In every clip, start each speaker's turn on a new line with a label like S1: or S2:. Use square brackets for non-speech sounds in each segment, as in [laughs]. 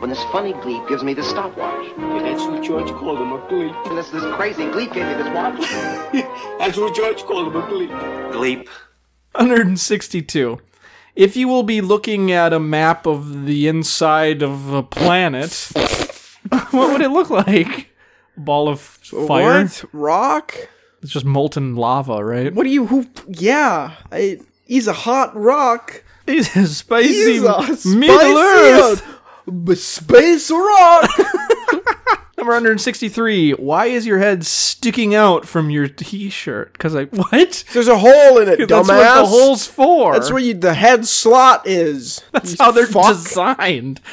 S1: when this funny gleep gives me this stopwatch.
S2: Yeah, that's what George called him, a gleep.
S1: And this, this crazy gleep gave me this watch.
S2: That's what George called him, a gleep.
S3: Gleep.
S4: 162. If you will be looking at a map of the inside of a planet, [laughs] what would it look like? Ball of fire?
S5: What? Rock?
S4: It's just molten lava, right?
S5: What do you? Who? Yeah, I, he's a hot rock.
S4: This is spicy
S5: He's a
S4: Middle Earth.
S5: spicy b- space [laughs] rock.
S4: Number 163. Why is your head sticking out from your t-shirt? Because I what?
S5: There's a hole in it, dumbass.
S4: That's what the hole's for.
S5: That's where you, the head slot is.
S4: That's how they're
S5: fuck.
S4: designed. [laughs]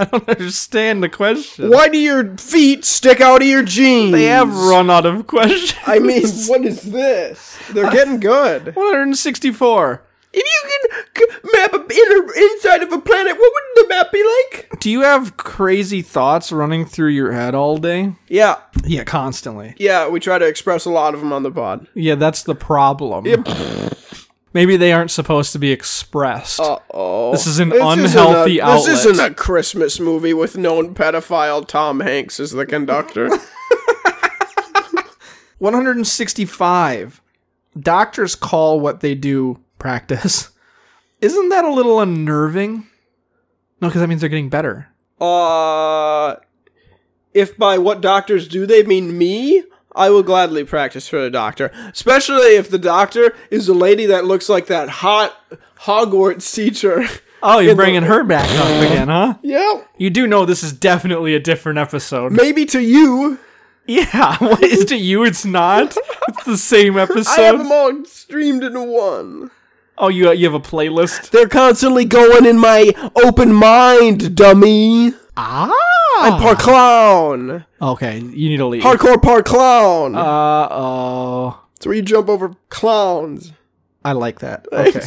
S4: I don't understand the question.
S5: Why do your feet stick out of your jeans?
S4: They have run out of questions.
S5: I mean, [laughs] what is this? They're getting good.
S4: 164.
S5: [laughs] If you could c- map a inner, inside of a planet, what would the map be like?
S4: Do you have crazy thoughts running through your head all day?
S5: Yeah,
S4: Yeah, constantly.
S5: yeah. We try to express a lot of them on the pod.
S4: Yeah, that's the problem. Maybe they aren't supposed to be expressed.
S5: oh.
S4: Uh, This is an uh, unhealthy
S5: isn't a,
S4: outlet.
S5: This isn't a Christmas movie with known pedophile Tom Hanks as the [laughs] conductor.
S4: 165. Doctors call what they do practice. Isn't that a little unnerving? No, because that means they're getting better.
S5: uh, if by what doctors do they mean me, I will gladly practice for the doctor, especially if the doctor is a lady that looks like that hot Hogwarts teacher. [laughs]
S4: Oh, you're bringing her back up again, huh?
S5: yeah,
S4: You do know this is definitely a different episode.
S5: maybe to you.
S4: Yeah, [laughs] what is to you? It's not. It's the same
S5: I have
S4: episode.
S5: them all streamed into one.
S4: oh, you you have a playlist.
S5: They're constantly going in my open mind, dummy.
S4: Ah. Oh.
S5: I'm part clown.
S4: okay, you need to leave.
S5: Hardcore part clown.
S4: Uh oh.
S5: It's where you jump over clowns.
S4: I like that. [laughs] Okay.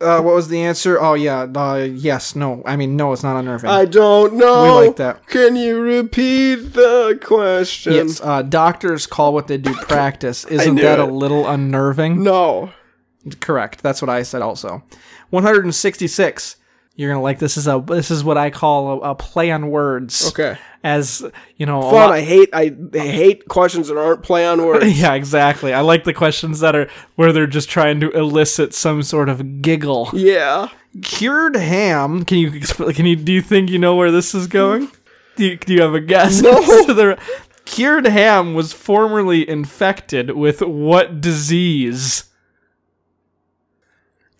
S4: Uh, what was the answer? Oh yeah. Uh, yes. No. I mean, no. It's not unnerving.
S5: I don't know.
S4: We like that.
S5: Can you repeat the question?
S4: Yes, uh, doctors call what they [laughs] do practice. Isn't
S5: knew
S4: that a
S5: it.
S4: little unnerving?
S5: No.
S4: Correct. That's what I said. Also, 166. You're gonna like this is a this is what I call a, a play on words.
S5: Okay.
S4: As you know, a
S5: Fun.
S4: lot-
S5: I hate. I, I hate questions that aren't play on
S4: [laughs]
S5: words.
S4: yeah, exactly. I like the questions that are where they're just trying to elicit some sort of giggle.
S5: yeah.
S4: Cured ham. Can you expl- can you do you think you know where this is going? Do you, do you have a guess? [laughs]
S5: No.
S4: as to the- cured ham was formerly infected with what disease?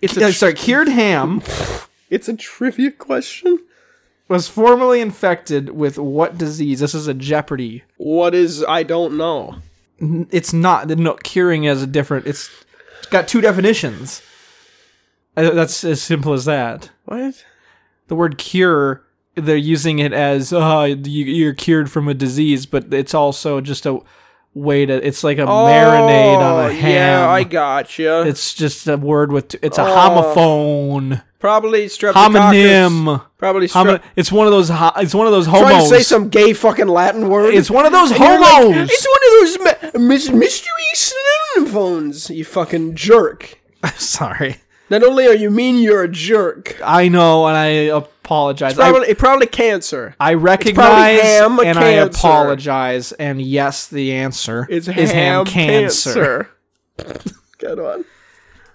S5: It's
S4: Uh,
S5: a tr-
S4: sorry, cured ham
S5: it's a trivia question.
S4: was formerly infected with what disease? This is a Jeopardy.
S5: What is? I don't know.
S4: N- It's not no curing is a different. It's, it's got two definitions. Uh, That's as simple as that.
S5: What?
S4: The word cure, they're using it as uh, you, you're cured from a disease, but it's also just a way to. It's like a marinade on a
S5: Oh,
S4: ham.
S5: Yeah, I Oh. gotcha. It's
S4: it's just a word with. T- it's a homophone,
S5: probably streptococcus.
S4: homonym.
S5: Probably
S4: Homo-
S5: strep.
S4: it's one of those. Ho- it's one of those homos.
S5: Trying to say some gay fucking Latin word.
S4: It's one of those
S5: And [laughs] you're like,
S4: homos.
S5: it's one of those mi- mis- mystery synonyms, you fucking jerk.
S4: [laughs] Sorry.
S5: Not only are you mean, you're a jerk.
S4: I know, and I apologize.
S5: Probably, it probably cancer.
S4: I, I
S5: probably
S4: recognize
S5: ham
S4: and I
S5: cancer.
S4: apologize. And yes, the answer
S5: It's ham,
S4: is ham
S5: cancer.
S4: cancer.
S5: [laughs] Good one.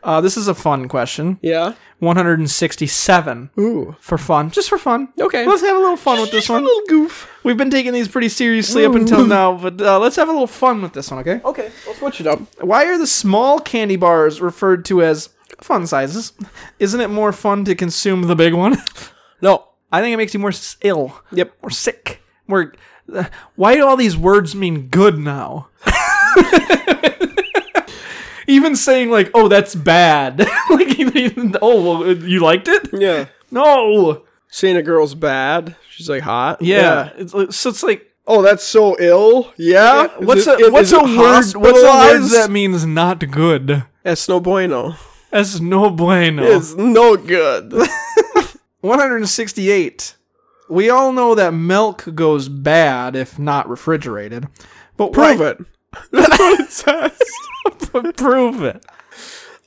S4: Uh, this is a fun question.
S5: Yeah.
S4: 167
S5: Ooh.
S4: for fun, just for fun.
S5: Okay.
S4: Let's have a little fun with this
S5: Just a
S4: one.
S5: little goof.
S4: We've been taking these pretty seriously up until now, but uh, let's have a little fun with this one, okay?
S5: Okay, I'll switch it up.
S4: Why are the small candy bars referred to as fun sizes? Isn't it more fun to consume the big one? [laughs]
S5: No.
S4: I think it makes you more s- ill.
S5: Yep.
S4: More sick. More. Uh, why do all these words mean good now? [laughs] Even saying like, "Oh, that's bad." [laughs] like, you- you- oh, well, you liked it?
S5: Yeah.
S4: No.
S5: Seeing a girl's bad. She's like hot.
S4: Yeah. It's, like- so it's like,
S5: Oh, that's so ill. Yeah. Is
S4: what's
S5: it-
S4: a
S5: is
S4: what's
S5: it
S4: a word? What's a word
S5: hospitalized?
S4: that means not good?
S5: That's no bueno.
S4: That's no bueno.
S5: It's no
S4: [laughs]
S5: good.
S4: 168. We all know that milk goes bad if not refrigerated, but
S5: Prove
S4: why-
S5: it. That's what it says.
S4: prove it.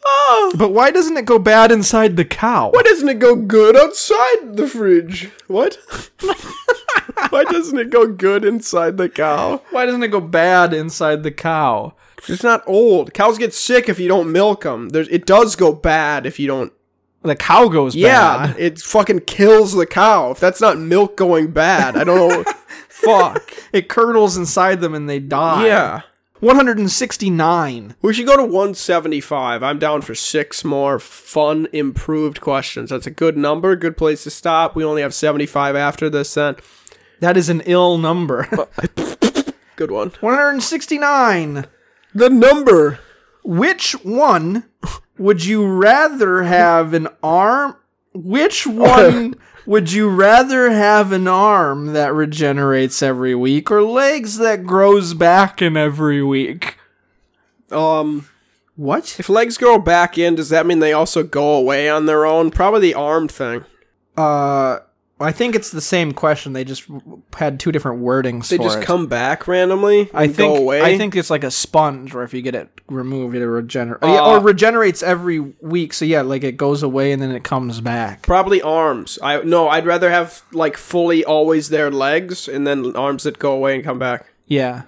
S5: Oh,
S4: But why doesn't it go bad inside the cow?
S5: why doesn't it go good outside the fridge? What? why doesn't it go good inside the cow?
S4: Why doesn't it go bad inside the cow?
S5: It's not old. Cows get sick if you don't milk them. There's, it does go bad if you don't.
S4: The cow goes
S5: Yeah,
S4: bad.
S5: it fucking kills the cow. If that's not milk going bad, I don't know. Fuck.
S4: [laughs] It curdles inside them and they die.
S5: Yeah.
S4: 169.
S5: We should go to 175. I'm down for six more fun, improved questions. That's a good number, good place to stop. We only have 75 after this, then.
S4: That is an ill number. [laughs]
S5: Good one.
S4: 169.
S5: The number.
S4: Which one would you rather have an arm? Which
S5: [laughs]
S4: one would you rather have an arm that regenerates every week or legs that grows back in every week?
S5: Um,
S4: What?
S5: if legs grow back in, does that mean they also go away on their own? Probably the arm thing.
S4: Uh, I think it's the same question. They just w- had two different wordings.
S5: They
S4: for
S5: just
S4: it.
S5: come back randomly.
S4: I
S5: and
S4: think
S5: Go away.
S4: I think it's like a sponge where if you get it removed, it regenerates
S5: Uh,
S4: or regenerates every week. So yeah, like it goes away and then it comes back.
S5: Probably arms. I no. I'd rather have like fully always their legs and then arms that go away and come back.
S4: Yeah,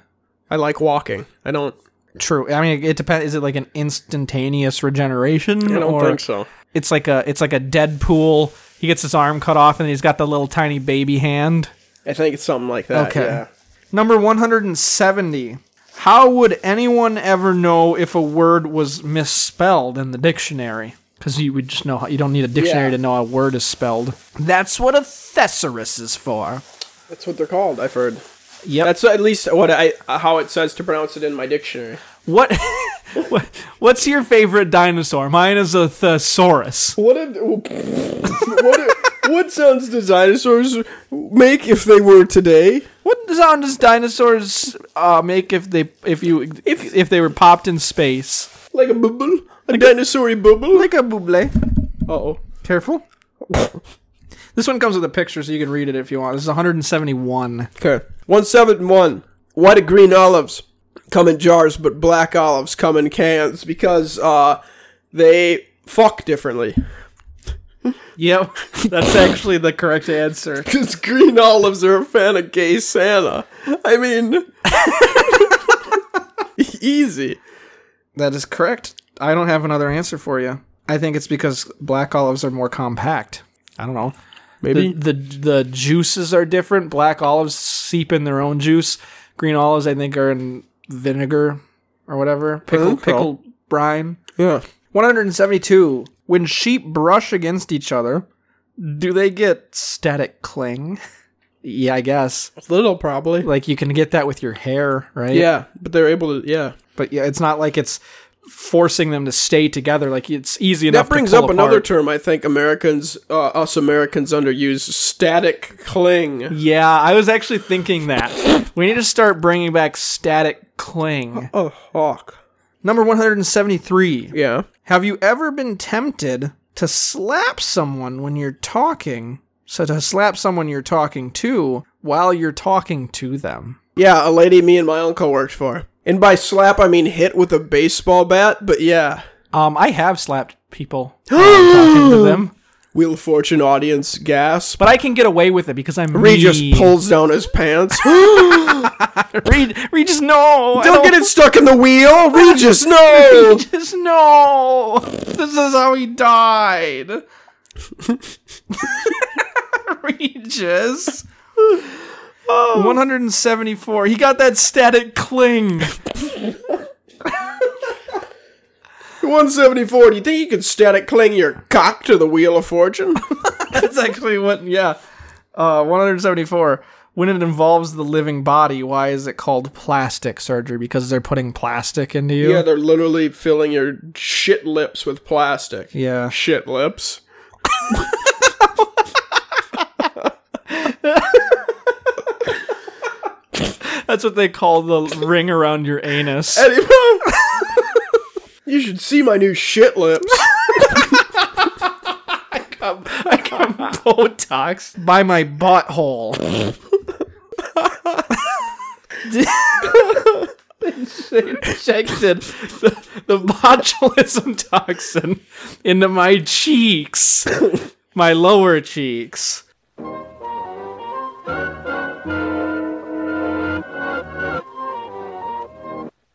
S5: I like walking. I don't.
S4: true. I mean, it depends. Is it like an instantaneous regeneration?
S5: I don't
S4: or
S5: think so.
S4: It's like a it's like a Deadpool. He gets his arm cut off and he's got the little tiny baby hand.
S5: I think it's something like that.
S4: Okay.
S5: Yeah.
S4: Number 170. How would anyone ever know if a word was misspelled in the dictionary? Because you would just know how, you don't need a dictionary
S5: Yeah.
S4: to know how a word is spelled. That's what a thesaurus is for.
S5: That's what they're called. I've heard.
S4: Yep.
S5: That's at least what I how it says to pronounce it in my dictionary.
S4: what, [laughs] what? What's your favorite dinosaur? Mine is a thesaurus.
S5: What did [laughs] what a- what sounds do dinosaurs make if they were today?
S4: What sound does dinosaurs uh, make if they if you if if they were popped in space?
S5: Like a bubble, a dinosaur bubble.
S4: Like a buble.
S5: oh,
S4: Careful. [laughs] this one comes with a picture, so you can read it if you want. This is 171.
S5: okay. One seven one. Why do green olives come in jars but black olives come in cans? Because uh, they fuck differently. [laughs]
S4: Yep, [laughs] that's actually the correct answer.
S5: Because green olives are a fan of gay Santa. I mean, [laughs] easy.
S4: That is correct. I don't have another answer for you. I think it's because black olives are more compact. I don't know. The
S5: Maybe
S4: the, the juices are different. Black olives seep in their own juice. Green olives, I think, are in vinegar or whatever pickle
S5: Okay.
S4: pickle brine.
S5: yeah.
S4: 172. When sheep brush against each other, do they get static cling? [laughs] yeah, I guess.
S5: Little probably.
S4: Like you can get that with your hair, right?
S5: Yeah, but they're able to. Yeah,
S4: But yeah, it's not like it's forcing them to stay together. Like it's easy enough.
S5: that brings
S4: to
S5: up
S4: pull
S5: another
S4: apart.
S5: term I think Americans, uh, us Americans, underuse: static cling.
S4: yeah, I was actually thinking
S5: [laughs]
S4: that we need to start bringing back static cling.
S5: Oh, hawk.
S4: Number 173.
S5: Yeah.
S4: Have you ever been tempted to slap someone when you're talking? So to slap someone you're talking to while you're talking to them.
S5: Yeah, a lady me and my uncle worked for. And by slap, I mean hit with a baseball bat. But yeah,
S4: Um, I have slapped people [gasps] while I'm talking to them,
S5: Wheel of Fortune audience gasp.
S4: but I can get away with it because I'm
S5: Reed just
S4: mean. [laughs]
S5: pulls down his [laughs] pants.
S4: Reed, Reed, just no. I [laughs]
S5: Don't get it stuck in the wheel, Regis. No.
S4: Just no. [laughs] This is how he [laughs] died. [laughs] Regis. Oh. 174. He got that static [laughs] cling.
S5: 174. Do you think you could static cling your cock to the wheel of fortune?
S4: That's actually what, yeah. Uh, 174. When it involves the living body, why is it called plastic surgery? Because they're putting plastic into you?
S5: [laughs] yeah, they're literally filling your shit lips with plastic.
S4: yeah.
S5: Shit lips.
S4: That's what they call the ring around your anus. [laughs]
S5: Anyway. [laughs] you should see my new shit lips.
S4: I got Botox by my butthole. They injected the, the botulism toxin into my cheeks, my lower cheeks.